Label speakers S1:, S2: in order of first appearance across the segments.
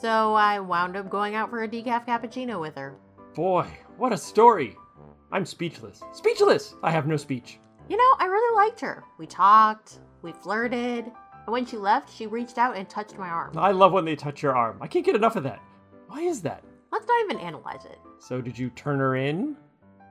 S1: So I wound up going out for a decaf cappuccino with her.
S2: Boy, what a story! I'm speechless. Speechless! I have no speech.
S1: You know, I really liked her. We talked, we flirted, and when she left, she reached out and touched my arm.
S2: I love when they touch your arm. I can't get enough of that. Why is that?
S1: Let's not even analyze it.
S2: So, did you turn her in?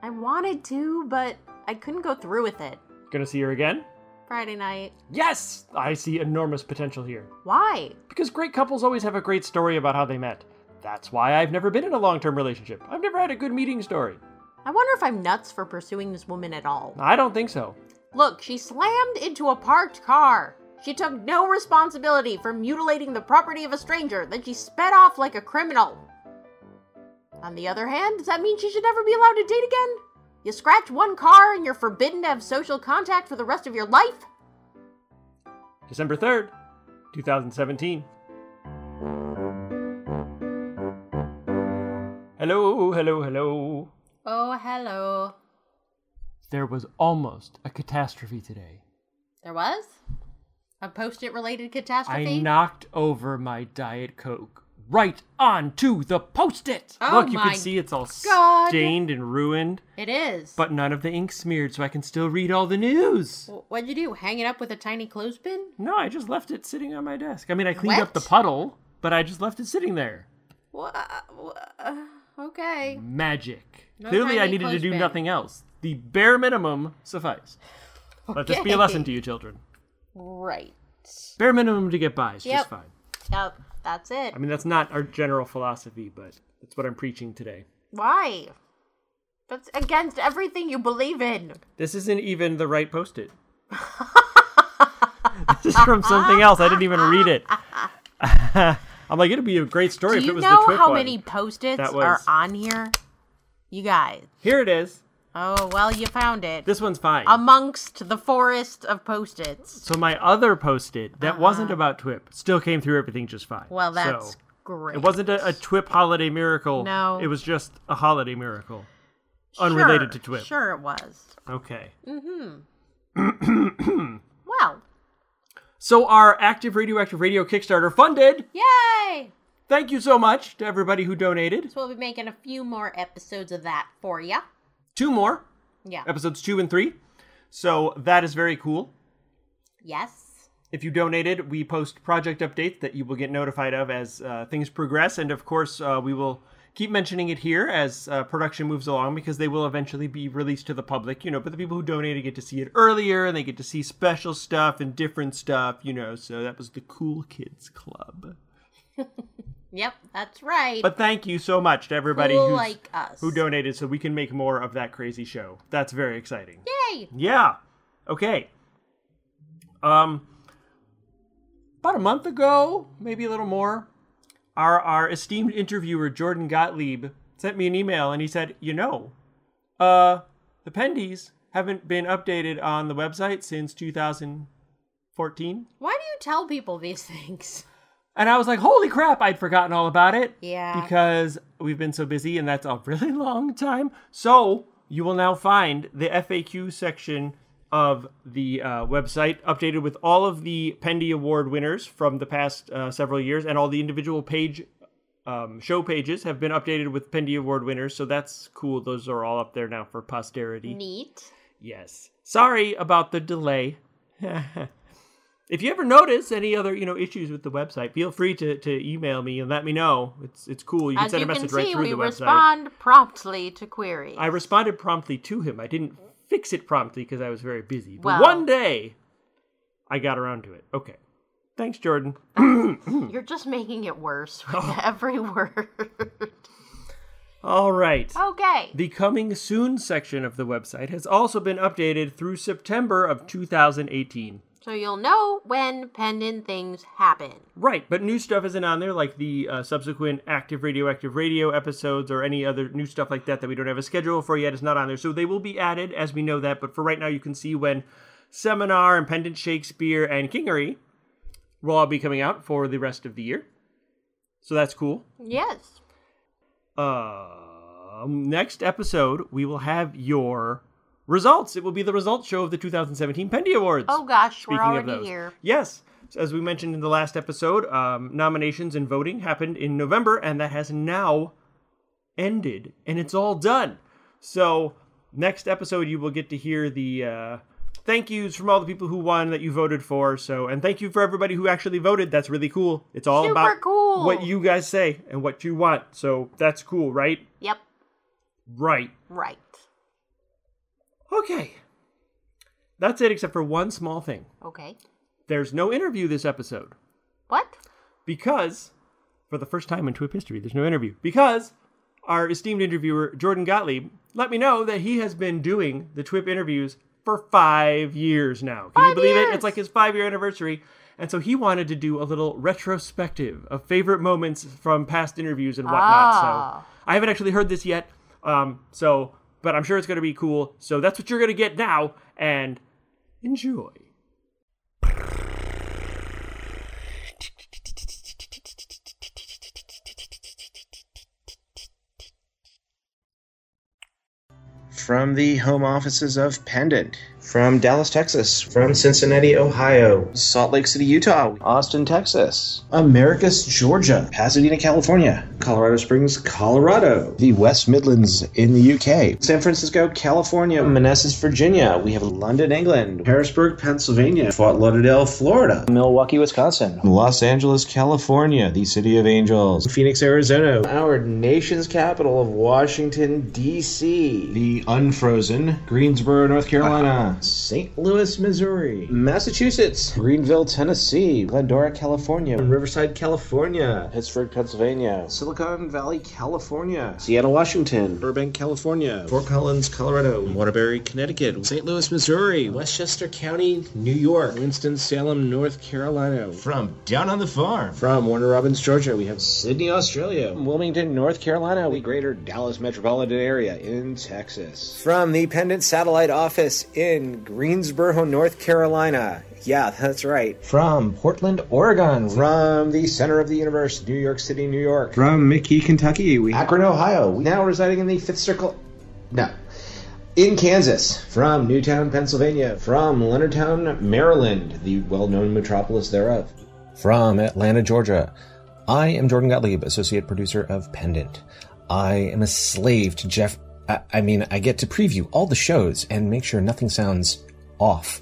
S1: I wanted to, but I couldn't go through with it.
S2: Gonna see her again?
S1: Friday night.
S2: Yes! I see enormous potential here.
S1: Why?
S2: Because great couples always have a great story about how they met. That's why I've never been in a long term relationship. I've never had a good meeting story.
S1: I wonder if I'm nuts for pursuing this woman at all.
S2: I don't think so.
S1: Look, she slammed into a parked car. She took no responsibility for mutilating the property of a stranger, then she sped off like a criminal. On the other hand, does that mean she should never be allowed to date again? You scratch one car and you're forbidden to have social contact for the rest of your life?
S2: December 3rd, 2017. Hello, hello, hello.
S1: Oh, hello.
S2: There was almost a catastrophe today.
S1: There was? A post it related catastrophe?
S2: I knocked over my Diet Coke right onto the post it.
S1: Oh
S2: Look, you
S1: my
S2: can see it's all
S1: God.
S2: stained and ruined,
S1: It is.
S2: but none of the ink smeared, so I can still read all the news.
S1: W- What'd you do? Hang it up with a tiny clothespin?
S2: No, I just left it sitting on my desk. I mean, I cleaned up
S1: What?
S2: the puddle, but I just left it sitting there.
S1: Wha- wha- okay.
S2: Magic.
S1: No
S2: Clearly, I
S1: tiny
S2: needed to do
S1: clothespin.
S2: nothing else. The bare minimum sufficed. Let this be a lesson to you, children.
S1: Right.
S2: Bare minimum to get by is
S1: Yep.
S2: just fine.
S1: Yep, that's it.
S2: I mean, that's not our general philosophy, but that's what I'm preaching today.
S1: Why? That's against everything you believe in.
S2: This isn't even the right post it. this is from something else. I didn't even read it. I'm like, it'd be a great story
S1: Do
S2: if it
S1: you
S2: was
S1: know
S2: the Twip
S1: how
S2: one.
S1: many post its
S2: That
S1: are
S2: was-
S1: on here? You guys.
S2: Here it is.
S1: Oh, well, you found it.
S2: This one's fine.
S1: Amongst the forest of post its.
S2: so my other post it that wasn't about Twip still came through everything just fine.
S1: Uh-huh. Well, that's
S2: So,
S1: great.
S2: it wasn't a, a Twip holiday miracle.
S1: No.
S2: It was just a holiday miracle. unrelated
S1: Sure,
S2: to Twip.
S1: Sure, it was. Mm-hmm.
S2: Okay.
S1: Well,
S2: So our active radioactive radio Kickstarter funded.
S1: yay!
S2: Thank you so much to everybody who donated.
S1: So we'll be making a few more episodes of that for you.
S2: Two more
S1: Yeah.
S2: episodes, two and three. So that is very cool.
S1: Yes.
S2: If you donated, we post project updates that you will get notified of as uh, things progress, and of course, uh, we will keep mentioning it here as uh, production moves along because they will eventually be released to the public. You know, but the people who donated get to see it earlier, and they get to see special stuff and different stuff. You know, so that was the Cool Kids Club.
S1: Yep, that's right.
S2: But thank you so much to everybody
S1: Cool
S2: who's-
S1: like us.
S2: who donated, so we can make more of that crazy show. That's very exciting.
S1: Yay!
S2: Yeah. Okay. Um about a month ago, maybe a little more, our our esteemed interviewer Jordan Gottlieb sent me an email and he said, "You know, uh the Pendies haven't been updated on the website since 2014."
S1: Why do you tell people these things?
S2: And I was like, "Holy crap, I'd forgotten all about it."
S1: Yeah.
S2: Because we've been so busy and that's a really long time. So, you will now find the FAQ section of the uh, website updated with all of the Pendy Award winners from the past uh, several years and all the individual page um, show pages have been updated with Pendy Award winners. So that's cool. Those are all up there now for posterity.
S1: Neat.
S2: Yes. Sorry about the delay. if you ever notice any other, you know, issues with the website, feel free to, to email me and let me know. It's it's cool. You can
S1: As
S2: send
S1: you
S2: a message
S1: can see,
S2: right through
S1: we
S2: the website.
S1: respond promptly to queries.
S2: I responded promptly to him. I didn't fix it promptly because I was very busy. But
S1: Well.
S2: one day I got around to it. Okay. Thanks, Jordan. Hmm.
S1: You're just making it worse with every word.
S2: All right.
S1: okay.
S2: The coming soon section of the website has also been updated through September of 2018.
S1: So you'll know when pendant things happen.
S2: Right, but new stuff isn't on there, like the uh, subsequent active radioactive radio episodes or any other new stuff like that that we don't have a schedule for yet. It's not on there, so they will be added as we know that. But for right now, you can see when Seminar and Pendant Shakespeare and Kingery will all be coming out for the rest of the year. So that's cool.
S1: Yes.
S2: Um, next episode, we will have your results. It will be the results show of the 2017 Pendy Awards.
S1: Oh gosh, we're
S2: Speaking of
S1: already
S2: those.
S1: here.
S2: Yes. So as we mentioned in the last episode, um, nominations and voting happened in November, and that has now ended, and it's all done. So next episode, you will get to hear the uh, thank yous from all the people who won that you voted for. So and thank you for everybody who actually voted. That's really cool. It's all
S1: Super
S2: about
S1: cool.
S2: what you guys say and what you want. So that's cool, right?
S1: Yep.
S2: Right.
S1: Right.
S2: Okay. That's it, except for one small thing.
S1: Okay.
S2: There's no interview this episode
S1: What?
S2: because, for the first time in Twip history, there's no interview because our esteemed interviewer, Jordan Gottlieb, let me know that he has been doing the Twip interviews for five years now. Can you
S1: Five
S2: believe it?
S1: years!
S2: It's like his five year anniversary. And so he wanted to do a little retrospective of favorite moments from past interviews and whatnot.
S1: Ah.
S2: So I haven't actually heard this yet. Um, so, but I'm sure it's going to be cool. So that's what you're going to get now. And enjoy.
S3: From the home offices of Pendant. From Dallas, Texas. From Cincinnati, Ohio. Salt Lake City, Utah. Austin, Texas. Americus, Georgia. Pasadena, California. Colorado Springs, Colorado. The West Midlands in the UK. San Francisco, California. Manassas, Virginia. We have London, England. Harrisburg, Pennsylvania. Fort Lauderdale, Florida. Milwaukee, Wisconsin. Los Angeles, California. The City of Angels. Phoenix, Arizona. Our nation's capital of Washington, D.C. The Unfrozen. Greensboro, North Carolina. St. Louis, Missouri. Massachusetts. Greenville, Tennessee. Glendora, California. Riverside, California. Pittsburgh, Pennsylvania. Silicon Valley, California. Seattle, Washington. Burbank, California. Fort Collins, Colorado. Waterbury, Connecticut. St. Louis, Missouri. Westchester County, New York. Winston-Salem, North Carolina. From Down on the Farm. From Warner Robins, Georgia, we have Sydney, Australia. Wilmington, North Carolina. The greater Dallas metropolitan area in Texas.
S4: From the Pendant Satellite Office in Greensboro, North Carolina. Yeah, that's right.
S3: From Portland, Oregon. From the center of the universe, New York City, New York.
S5: From Mickey, Kentucky, we
S3: Akron, Ohio. Now residing in the Fifth Circle. No. In Kansas, from Newtown, Pennsylvania, from Leonardtown, Maryland, the well known metropolis thereof. From Atlanta, Georgia, I am Jordan Gottlieb, associate producer of Pendant. I am a slave to Jeff. I, I mean, I get to preview all the shows and make sure nothing sounds off.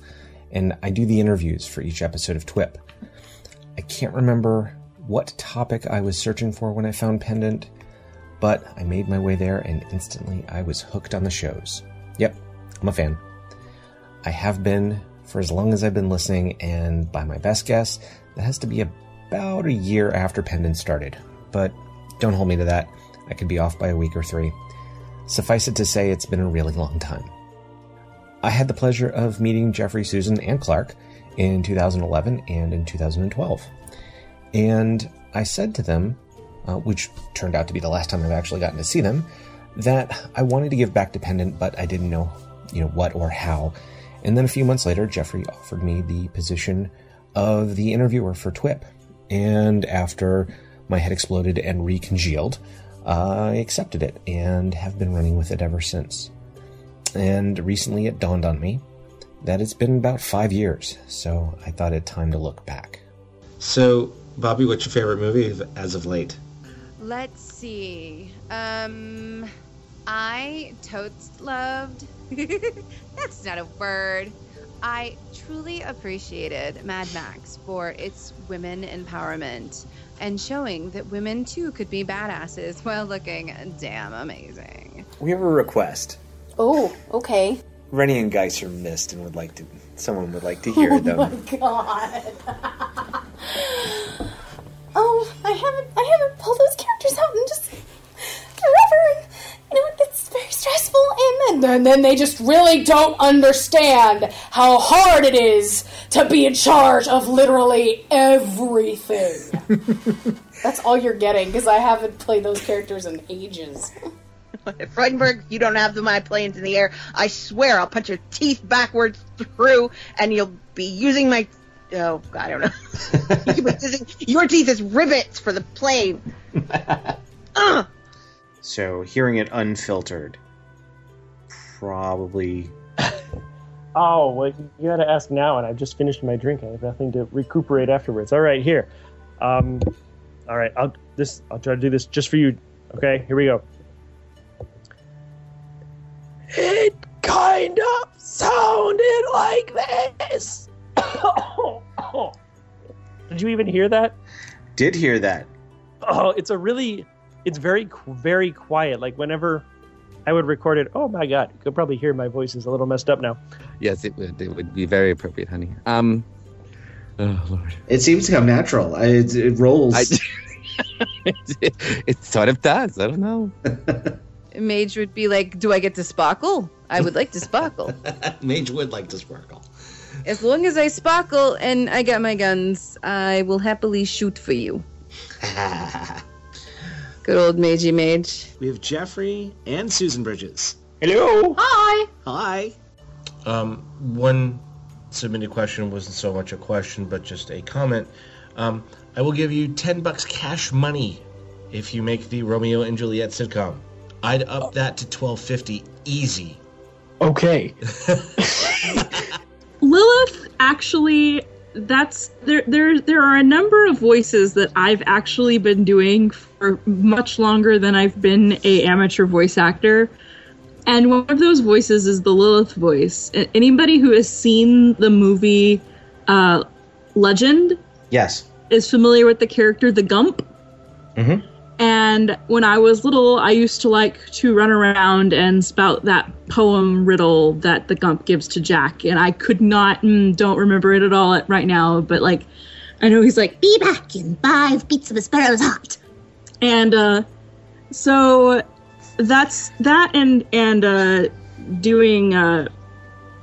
S3: And I do the interviews for each episode of TWIP. I can't remember what topic I was searching for when I found Pendant but I made my way there and instantly I was hooked on the shows. Yep, I'm a fan. I have been for as long as I've been listening, and by my best guess, that has to be about a year after Pendant started. But don't hold me to that, I could be off by a week or three. Suffice it to say, it's been a really long time.
S4: I had the pleasure of meeting Jeffrey, Susan, and Clark in 2011 and in 2012. And I said to them, uh, which turned out to be the last time I've actually gotten to see them, that I wanted to give back to Pendant, but I didn't know, you know, what or how. And then a few months later, Jeffrey offered me the position of the interviewer for TWIP. And after my head exploded and recongealed, I accepted it and have been running with it ever since and recently it dawned on me that it's been about five years, so I thought it time to look back.
S5: So, Bobby, what's your favorite movie of- as of late?
S6: Let's see. Um, I totes loved. That's not a word. I truly appreciated Mad Max for its women empowerment and showing that women too could be badasses while looking damn amazing.
S4: We have a request.
S7: Oh, okay.
S4: Rennie and Geis are missed, and would like to. Someone would like to hear them.
S7: God. oh, I haven't, I haven't pulled those characters out in just forever. And, you know, it's very stressful. And then, and then they just really don't understand how hard it is to be in charge of literally everything. That's all you're getting because I haven't played those characters in ages.
S8: Freudenberg, you don't have the my planes in the air. I swear I'll punch your teeth backwards through, and you'll be using my. Oh, God, I don't know. You'll be using your teeth as rivets for the plane. Ugh.
S3: So, hearing it unfiltered, probably
S2: Oh, well, you got to ask now, and I've just finished my drink. I have nothing to recuperate afterwards. All right, here. Um, all right, I'll this. I'll try to do this just for you. Okay, here we go. It kind of sounded like this. Did you even hear that?
S3: Did hear that.
S2: oh it's a really it's very qu- very quiet like whenever i would record it oh my god you could probably hear my voice is a little messed up now
S9: Yes, it would. It would be very appropriate, honey. Um, oh Lord,
S3: It seems to come natural. I, it, it rolls.
S9: I, it, it sort of does. I don't know.
S6: Mage would be like, "Do I get to sparkle? I would like to sparkle.
S5: Mage would like to sparkle.
S6: as long as I sparkle and I get my guns, I will happily shoot for you." Good old Magey Mage.
S5: we have Jeffrey and Susan Bridges.
S2: hello
S6: Hi.
S5: Hi.
S3: Um, one submitted question wasn't so much a question, but just a comment. Um, I will give you 10 bucks cash money if you make the Romeo and Juliet sitcom. I'd up that to 1250 easy.
S2: okay
S10: Lilith actually that's there there there are a number of voices that I've actually been doing for much longer than I've been a amateur voice actor. And one of those voices is the Lilith voice. A- Anybody who has seen the movie uh, Legend
S3: Yes.
S10: is familiar with the character the Gump.
S5: Mm-hmm.
S3: Mhm.
S10: And when I was little, I used to like to run around and spout that poem riddle that the Gump gives to Jack. And I could not, mm, don't remember it at all at- right now, but like, I know he's like, be back in five beats of a sparrow's heart. And uh, so that's that and, and uh, doing uh,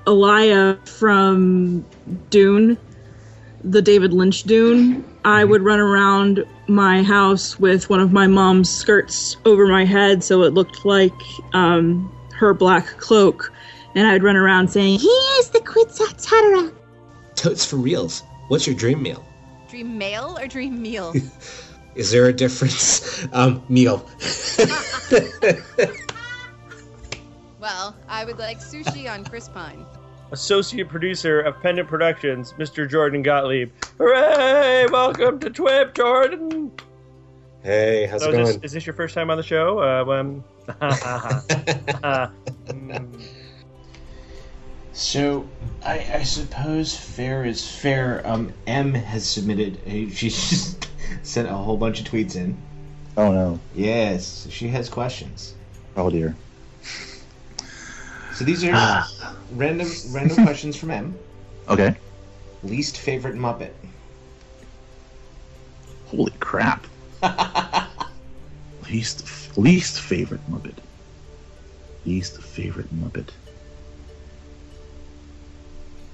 S10: Elia from Dune the David Lynch Dune, I would run around my house with one of my mom's skirts over my head so it looked like um, her black cloak. And I'd run around saying, Here's the Quetzalcoatl.
S5: Totes for reals. What's your dream meal?
S6: Dream male or dream meal?
S5: Is there a difference? Um, meal.
S6: well, I would like sushi on Chris Pine.
S2: associate producer of pendant productions mr jordan gottlieb hooray welcome to twip jordan
S5: Hey, how's
S2: So is, this, is this your first time on the show uh, um, uh, mm.
S3: So, I, I suppose fair is fair. Um, M has submitted. A, she just sent a whole bunch of tweets in.
S11: Oh no.
S3: Yes, she has questions.
S11: Oh dear.
S3: So these are random random questions from M.
S11: Okay.
S3: Least favorite Muppet.
S11: Holy crap. least least favorite Muppet. Least favorite Muppet.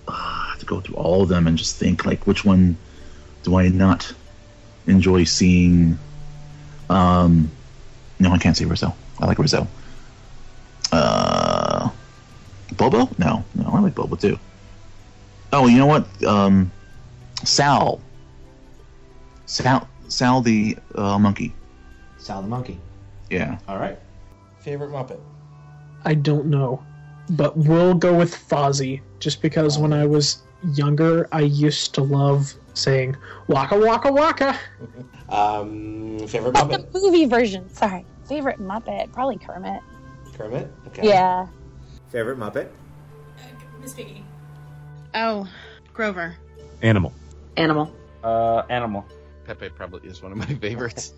S11: Ah, I have to go through all of them and just think like which one do I not enjoy seeing? Um, no, I can't say Rizzo. I like Rizzo. Uh, Bobo? No, no, I like Bobo too. Oh, you know what? Um, Sal. Sal, Sal the uh, monkey.
S3: Sal the monkey.
S11: Yeah.
S3: All right. Favorite Muppet.
S12: I don't know, but we'll go with Fozzie, just because when I was younger, I used to love saying "Waka Waka Waka."
S5: Um, favorite
S13: Oh,
S5: Muppet?
S13: the movie version. Sorry. Favorite Muppet? Probably Kermit.
S5: Kermit? Okay.
S13: Yeah.
S5: Favorite Muppet?
S7: Miss Piggy.
S8: Oh, Grover.
S11: Animal.
S1: Animal.
S14: Uh, animal.
S9: Pepe probably is one of my favorites.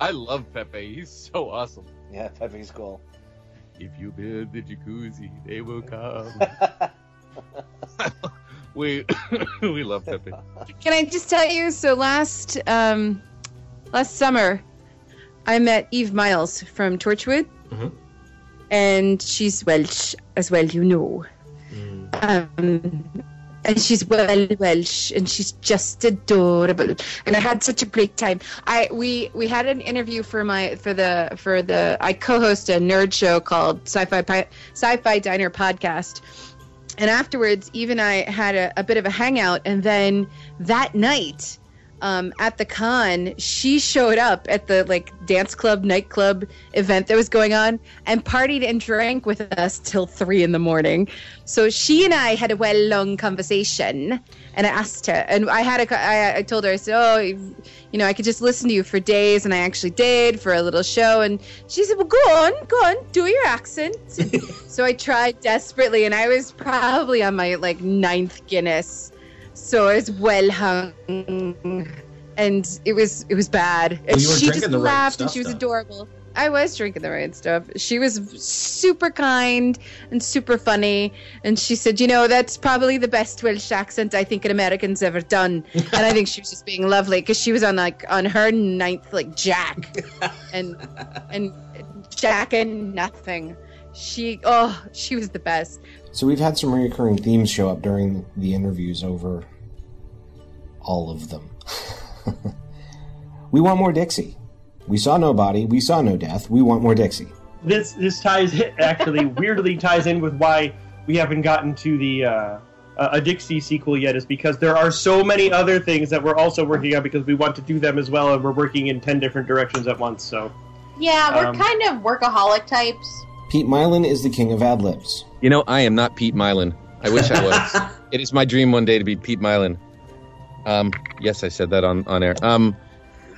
S9: I love Pepe. He's so awesome.
S3: Yeah, Pepe's cool.
S9: If you build the jacuzzi, they will come.
S3: That's
S9: we we love Pepe.
S6: Can I just tell you? So last um, last summer, I met Eve Miles from Torchwood,
S5: Mhm.
S6: and she's Welsh as well, you know. Um, and she's well Welsh, and she's just adorable. And I had such a great time. I we we had an interview for my for the for the I co-host a nerd show called Sci-Fi Pi- Sci-Fi Diner Podcast. And afterwards, Eve and I had a, a bit of a hangout, and then that night, um, at the con, she showed up at the like dance club, nightclub event that was going on and partied and drank with us till three in the morning. So she and I had a well long conversation and I asked her and I had a, co- I, I told her, I said, oh, you know, I could just listen to you for days. And I actually did for a little show. And she said, well, go on, go on, do your accent. so I tried desperately and I was probably on my like ninth Guinness so it was well hung and it was it was bad and
S5: you were
S6: she
S5: drinking
S6: just
S5: the right
S6: laughed and
S5: stuff,
S6: she was
S5: though.
S6: adorable i was drinking the right stuff she was super kind and super funny and she said you know that's probably the best welsh accent i think an american's ever done and i think she was just being lovely because she was on like on her ninth like jack and and jack and nothing she oh she was the best
S4: So we've had some recurring themes show up during the interviews over all of them. we want more Dixie. We saw no body. We saw no death. We want more Dixie.
S2: This this ties actually weirdly ties in with why we haven't gotten to the uh, uh, a Dixie sequel yet is because there are so many other things that we're also working on because we want to do them as well and we're working in ten different directions at once. So
S1: Yeah, we're
S2: Um,
S1: kind of workaholic types.
S4: Pete Mylan is the king of ad libs.
S14: You know, I am not Pete Mylan. I wish I was. it is my dream one day to be Pete Mylan. Um, yes, I said that on, on air. Um,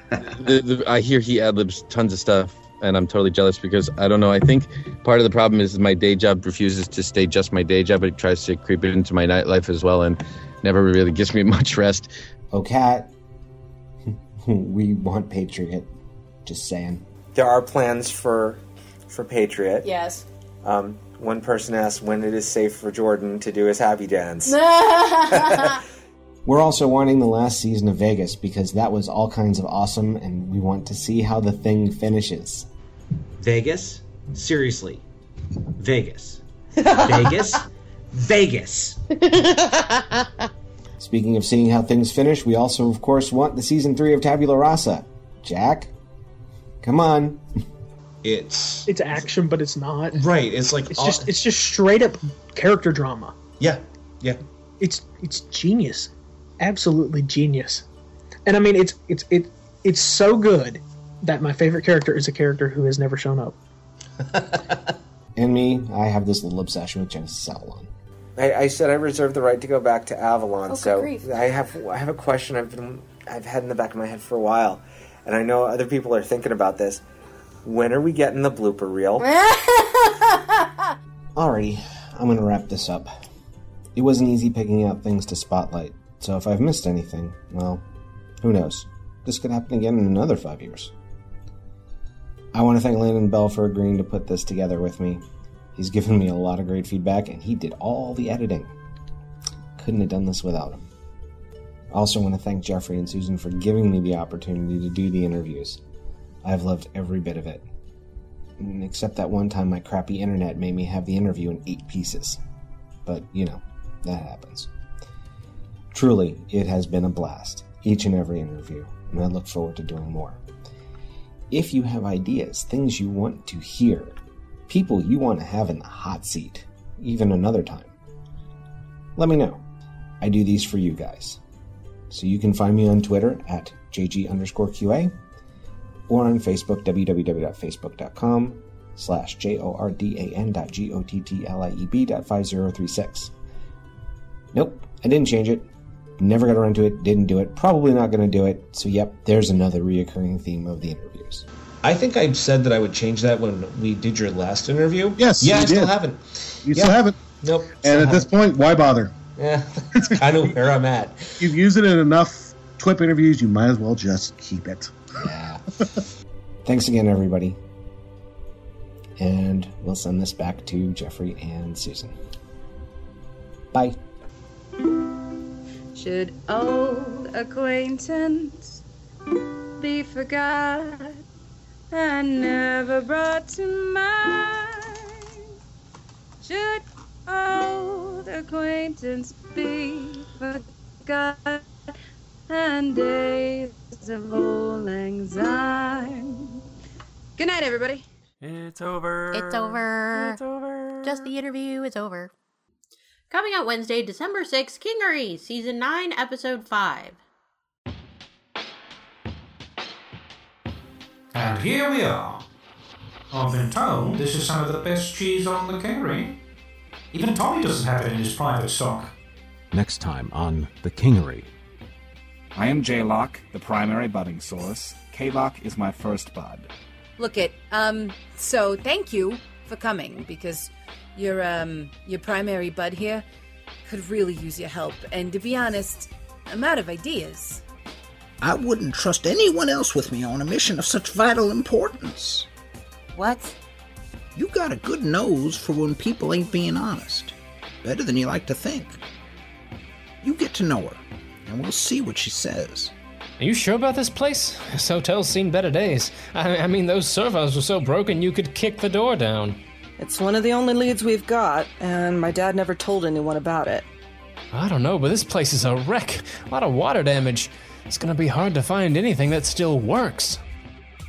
S14: the, the, I hear he ad libs tons of stuff, and I'm totally jealous because I don't know. I think part of the problem is my day job refuses to stay just my day job. It tries to creep it into my nightlife as well, and never really gives me much rest.
S4: Oh, cat. we want Patriot. Just saying.
S15: There are plans for for Patriot.
S7: Yes.
S15: Um, one person asked when it is safe for Jordan to do his happy dance.
S4: We're also wanting the last season of Vegas because that was all kinds of awesome, and we want to see how the thing finishes.
S16: Vegas? Seriously. Vegas. Vegas? Vegas.
S4: Speaking of seeing how things finish, we also, of course, want the season three of Tabula Rasa. Jack, come on.
S5: It's
S12: it's action, but it's not.
S5: Right. It's like
S12: it's
S5: all-
S12: just it's just straight up character drama.
S5: Yeah. Yeah.
S12: It's it's genius, absolutely genius, and I mean it's it's it it's so good that my favorite character is a character who has never shown up.
S4: And me, I have this little obsession with Genesis Avalon.
S15: I, I said I reserve the right to go back to Avalon.
S4: Oh, good
S15: so
S4: grief.
S15: I have I have a question I've been I've had in the back of my head for a while, and I know other people are thinking about this. When are we getting the blooper reel?
S4: Alrighty, I'm gonna wrap this up. It wasn't easy picking out things to spotlight, so if I've missed anything, well, who knows? This could happen again in another five years. I want to thank Landon Bell for agreeing to put this together with me. He's given me a lot of great feedback, and he did all the editing. Couldn't have done this without him. I also want to thank Jeffrey and Susan for giving me the opportunity to do the interviews. I've loved every bit of it Mm, except that one time my crappy internet made me have the interview in eight pieces. But, you know, that happens. Truly, it has been a blast, each and every interview, and I look forward to doing more. If you have ideas, things you want to hear, people you want to have in the hot seat, even another time, let me know. I do these for you guys. So you can find me on Twitter at JG underscore QA or on Facebook, www.facebook.com slash J-O-R-D-A-N dot G-O-T-T-L-I-E-B E dot 5036. Nope, I didn't change it. Never got around to it, didn't do it, probably not going to do it. So, yep, there's another reoccurring theme of the interviews.
S5: I think I said that I would change that when we did your last interview.
S17: Yes,
S5: Yeah,
S17: you
S5: I still
S17: did.
S5: haven't.
S17: You
S5: Yeah.
S17: still haven't.
S5: Nope.
S17: And
S5: still
S17: at this
S5: haven't.
S17: point, why bother?
S5: Yeah, that's kind of where I'm at.
S17: You've used it in enough TWIP interviews, you might as well just keep it.
S4: Thanks again, everybody. And we'll send this back to Jeffrey and Susan. Bye.
S6: Should old acquaintance be forgot and never brought to mind? Should old acquaintance be forgot and days of old anxiety? Good night, everybody.
S2: it's over.
S1: It's over. It's
S2: over.
S1: Just the interview is over. Coming out Wednesday, December 6th, Kingery, Season 9, Episode 5.
S18: And here we are. I've been told this is some of the best cheese on the Kingery. Even Tommy doesn't have it in his private stock.
S19: Next time on The Kingery. I am Jaylock, the primary budding source. Kaylock is my first bud.
S20: Look it. Um. So thank you for coming because your um your primary bud here could really use your help. And to be honest, I'm out of ideas.
S21: I wouldn't trust anyone else with me on a mission of such vital importance.
S20: What?
S21: You got a good nose for when people ain't being honest. Better than you like to think. You get to know her, and we'll see what she says.
S22: Are you sure about this place? This hotel's seen better days. I, I mean, those servos were so broken you could kick the door down.
S23: It's one of the only leads we've got, and my dad never told anyone about it.
S22: I don't know, but this place is a wreck. A lot of water damage. It's gonna be hard to find anything that still works.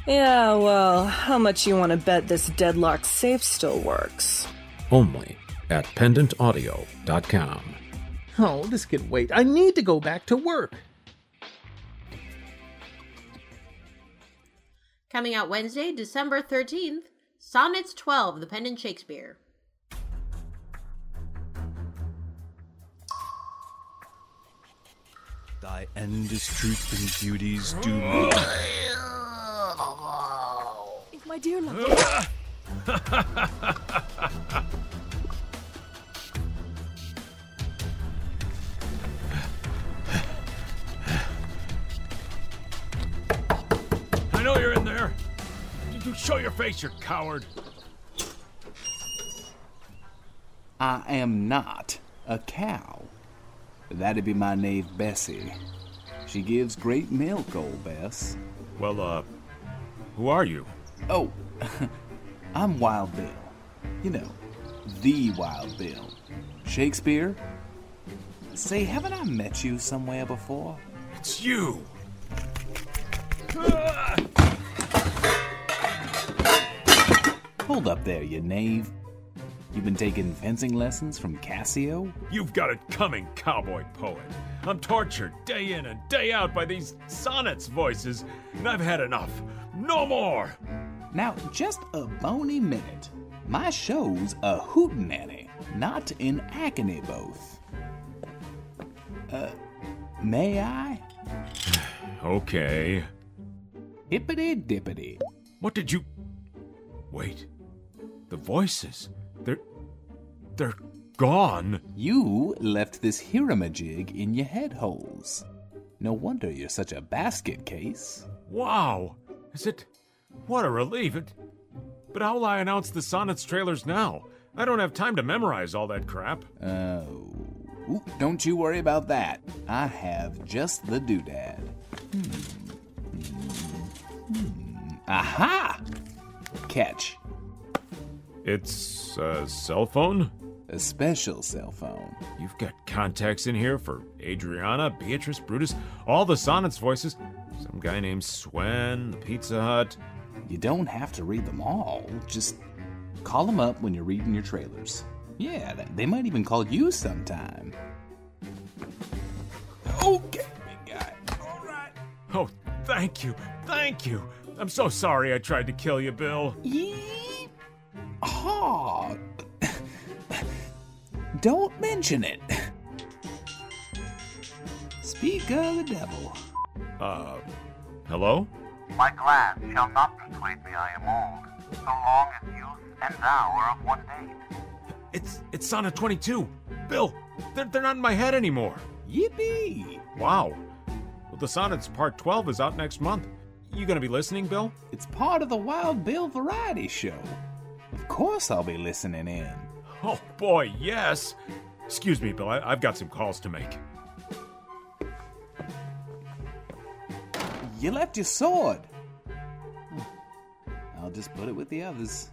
S23: Yeah, well, how much you want to bet this deadlock safe still works?
S19: Only at pendantaudio.com.
S24: Oh, this can wait. I need to go back to work.
S1: Coming out Wednesday, December 13th, Sonnets 12, The Pen and Shakespeare.
S25: Thy end is truth and beauty's doom.
S26: My dear love.
S27: I know you're in there. Did you show your face, you coward?
S28: I am not a cow. That'd be my knave Bessie. She gives great milk, old Bess. Well, uh, who are you? Oh, I'm Wild Bill. You know, the Wild Bill. Shakespeare? Say, haven't I met you somewhere before?
S27: It's you.
S28: Hold up there, you knave. You've been taking fencing lessons from Cassio?
S27: You've got it coming, cowboy poet. I'm tortured day in and day out by these sonnets voices, and I've had enough. No more!
S28: Now, just a bony minute. My show's a hootenanny, not an agony both. Uh, may I?
S27: Okay.
S28: Hippity dippity.
S27: What did you. Wait. The voices. They're. They're gone.
S28: You left this hiramajig in your head holes. No wonder you're such a basket case.
S27: Wow! Is it. What a relief. It, but how'll I announce the sonnets trailers now? I don't have time to memorize all that crap.
S28: Oh. Ooh, don't you worry about that. I have just the doodad. Aha! Catch.
S27: It's a cell phone?
S28: A special cell phone.
S27: You've got contacts in here for Adriana, Beatrice, Brutus, all the sonnets voices. Some guy named Swen, the Pizza Hut.
S28: You don't have to read them all. Just call them up when you're reading your trailers. Yeah, th- they might even call you sometime.
S27: Okay, big guy. All right. Oh, thank you. Thank you. I'm so sorry I tried to kill you, Bill.
S28: Aw. Don't mention it. Speak of the devil.
S27: Uh, hello?
S29: My glad shall not persuade me I am old, so long as youth and thou are of one date.
S27: It's it's Sonnet 22. Bill, they're, they're not in my head anymore.
S28: Yippee!
S27: Wow. Well, the Sonnets Part 12 is out next month. You gonna be listening, Bill?
S28: It's part of the Wild Bill Variety Show. Of course I'll be listening in.
S27: Oh boy, yes. Excuse me, Bill. I, I've got some calls to make.
S28: You left your sword. Hmm. I'll just put it with the others.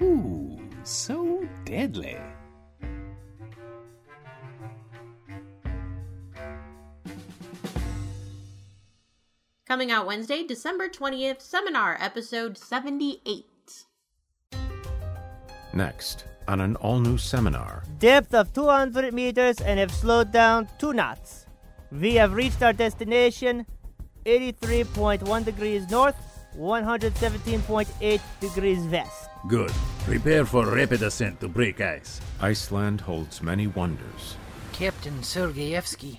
S28: Ooh, so deadly.
S1: Coming out Wednesday, December 20th, Seminar, Episode 78.
S19: Next
S25: on an all new seminar.
S16: Depth of 200 meters and have slowed down 2 knots. We have reached our destination 83.1 degrees north, 117.8 degrees west.
S25: Good. Prepare for rapid ascent to break ice. Iceland holds many wonders.
S30: Captain Sergeyevsky,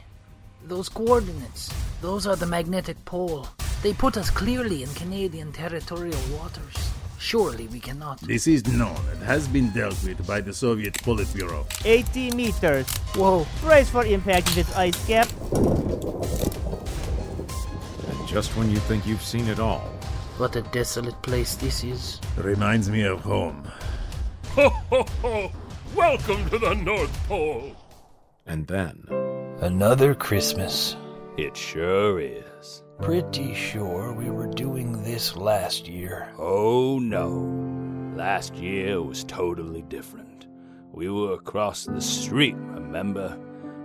S30: those coordinates, those are the magnetic pole. They put us clearly in Canadian territorial waters. Surely we cannot.
S25: This is known and has been dealt with by the Soviet Politburo.
S16: 80 meters. Whoa. Brace for impact with ice cap.
S25: And just when you think you've seen it all,
S30: What a desolate place this is.
S25: reminds me of home.
S8: Ho ho ho! Welcome to the North Pole!
S25: And then,
S30: Another Christmas.
S8: It sure is.
S30: Pretty sure we were doing this last year.
S8: Oh no. Last year was totally different. We were across the street, remember?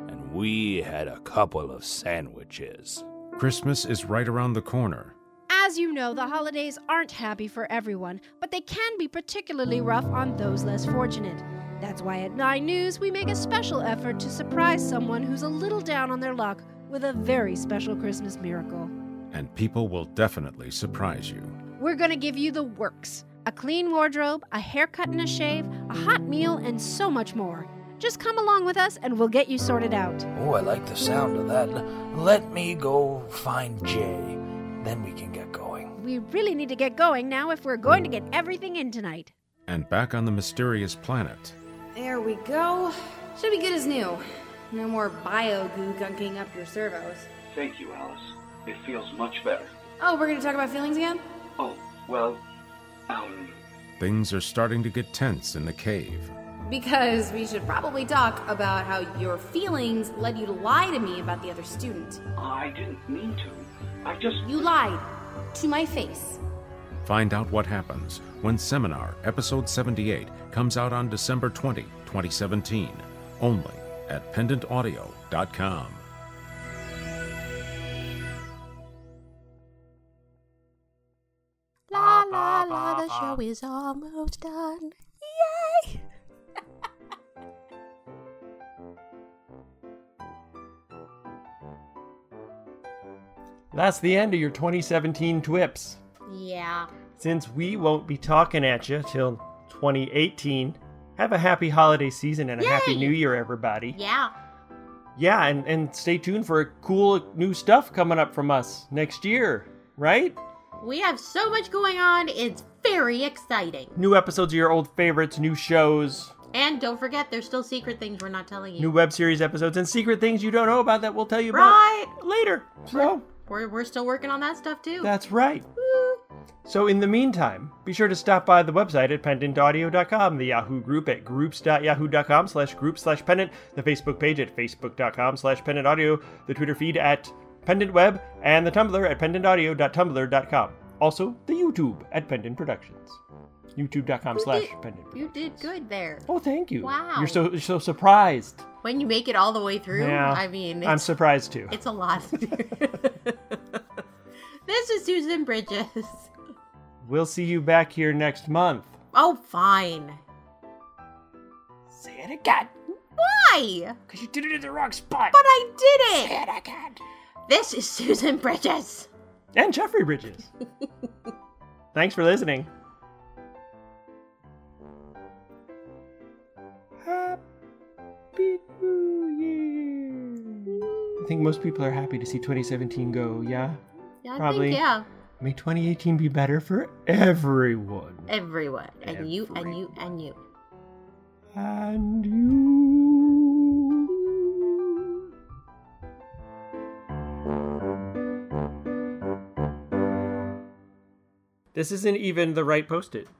S8: And we had a couple of sandwiches.
S25: Christmas is right around the corner.
S9: As you know, the holidays aren't happy for everyone, but they can be particularly rough on those less fortunate. That's why at 9 News we make a special effort to surprise someone who's a little down on their luck with a very special Christmas miracle.
S25: And people will definitely surprise you.
S9: We're going to give you the works a clean wardrobe, a haircut and a shave, a hot meal, and so much more. Just come along with us and we'll get you sorted out.
S30: Oh, I like the sound of that. L- Let me go find Jay. Then we can get going.
S9: We really need to get going now if we're going to get everything in tonight.
S25: And back on the mysterious planet.
S6: There we go. Should be good as new. No more bio goo gunking up your servos.
S7: Thank you, Alice. It feels much better.
S6: Oh, we're gonna talk about feelings again?
S7: Oh, well, um,
S25: Things are starting to get tense in the cave.
S6: Because we should probably talk about how your feelings led you to lie to me about the other student.
S7: I didn't mean to. I just.
S6: You lied to my face.
S25: Find out what happens when Seminar Episode 78 comes out on December 20, 2017, only at pendantaudio.com.
S1: La la la, the show is almost done. Yay!
S2: That's the end of your 2017 TWIPS.
S1: Yeah.
S2: Since we won't be talking at you till 2018, have a happy holiday season and a happy
S1: Yay!
S2: new year, everybody.
S1: Yeah.
S2: Yeah, and, and stay tuned for cool new stuff coming up from us next year, right?
S1: We have so much going on, it's very exciting.
S2: New episodes of your old favorites, new shows,
S1: And don't forget, there's still secret things we're not telling you.
S2: new web series episodes, and secret things you don't know about that we'll tell you about
S1: right?
S2: later. So,
S1: We're, we're still working on that stuff too.
S2: that's right. So, in the meantime, be sure to stop by the website at pendantaudio.com, the Yahoo group at groups.yahoo.com slash group slash pendant, the Facebook page at facebook.com slash pendantaudio, the Twitter feed at pendantweb, and the Tumblr at pendantaudio.tumblr.com. Also, the YouTube at Pendant Productions. YouTube.com slash pendant.
S1: You did good there.
S2: Oh, thank you.
S1: Wow.
S2: You're so, you're so surprised.
S1: When you make it all the way through,
S2: Yeah.
S1: I mean,
S2: I'm
S1: it's-
S2: surprised too.
S1: It's a lot. this is Susan Bridges.
S2: We'll see you back here next month.
S1: Oh, fine.
S31: Say it again.
S1: Why?
S31: Because you did it in the wrong spot.
S1: But I did it.
S31: Say it again.
S1: This is Susan Bridges.
S2: And Jeffrey Bridges. Thanks for listening. I think most people are happy to see 2017 go, yeah?
S1: Yeah, I
S2: Probably.
S1: think yeah.
S2: May 2018 be better for everyone.
S1: Everyone. And you and you and you.
S2: And you This isn't even the right post it.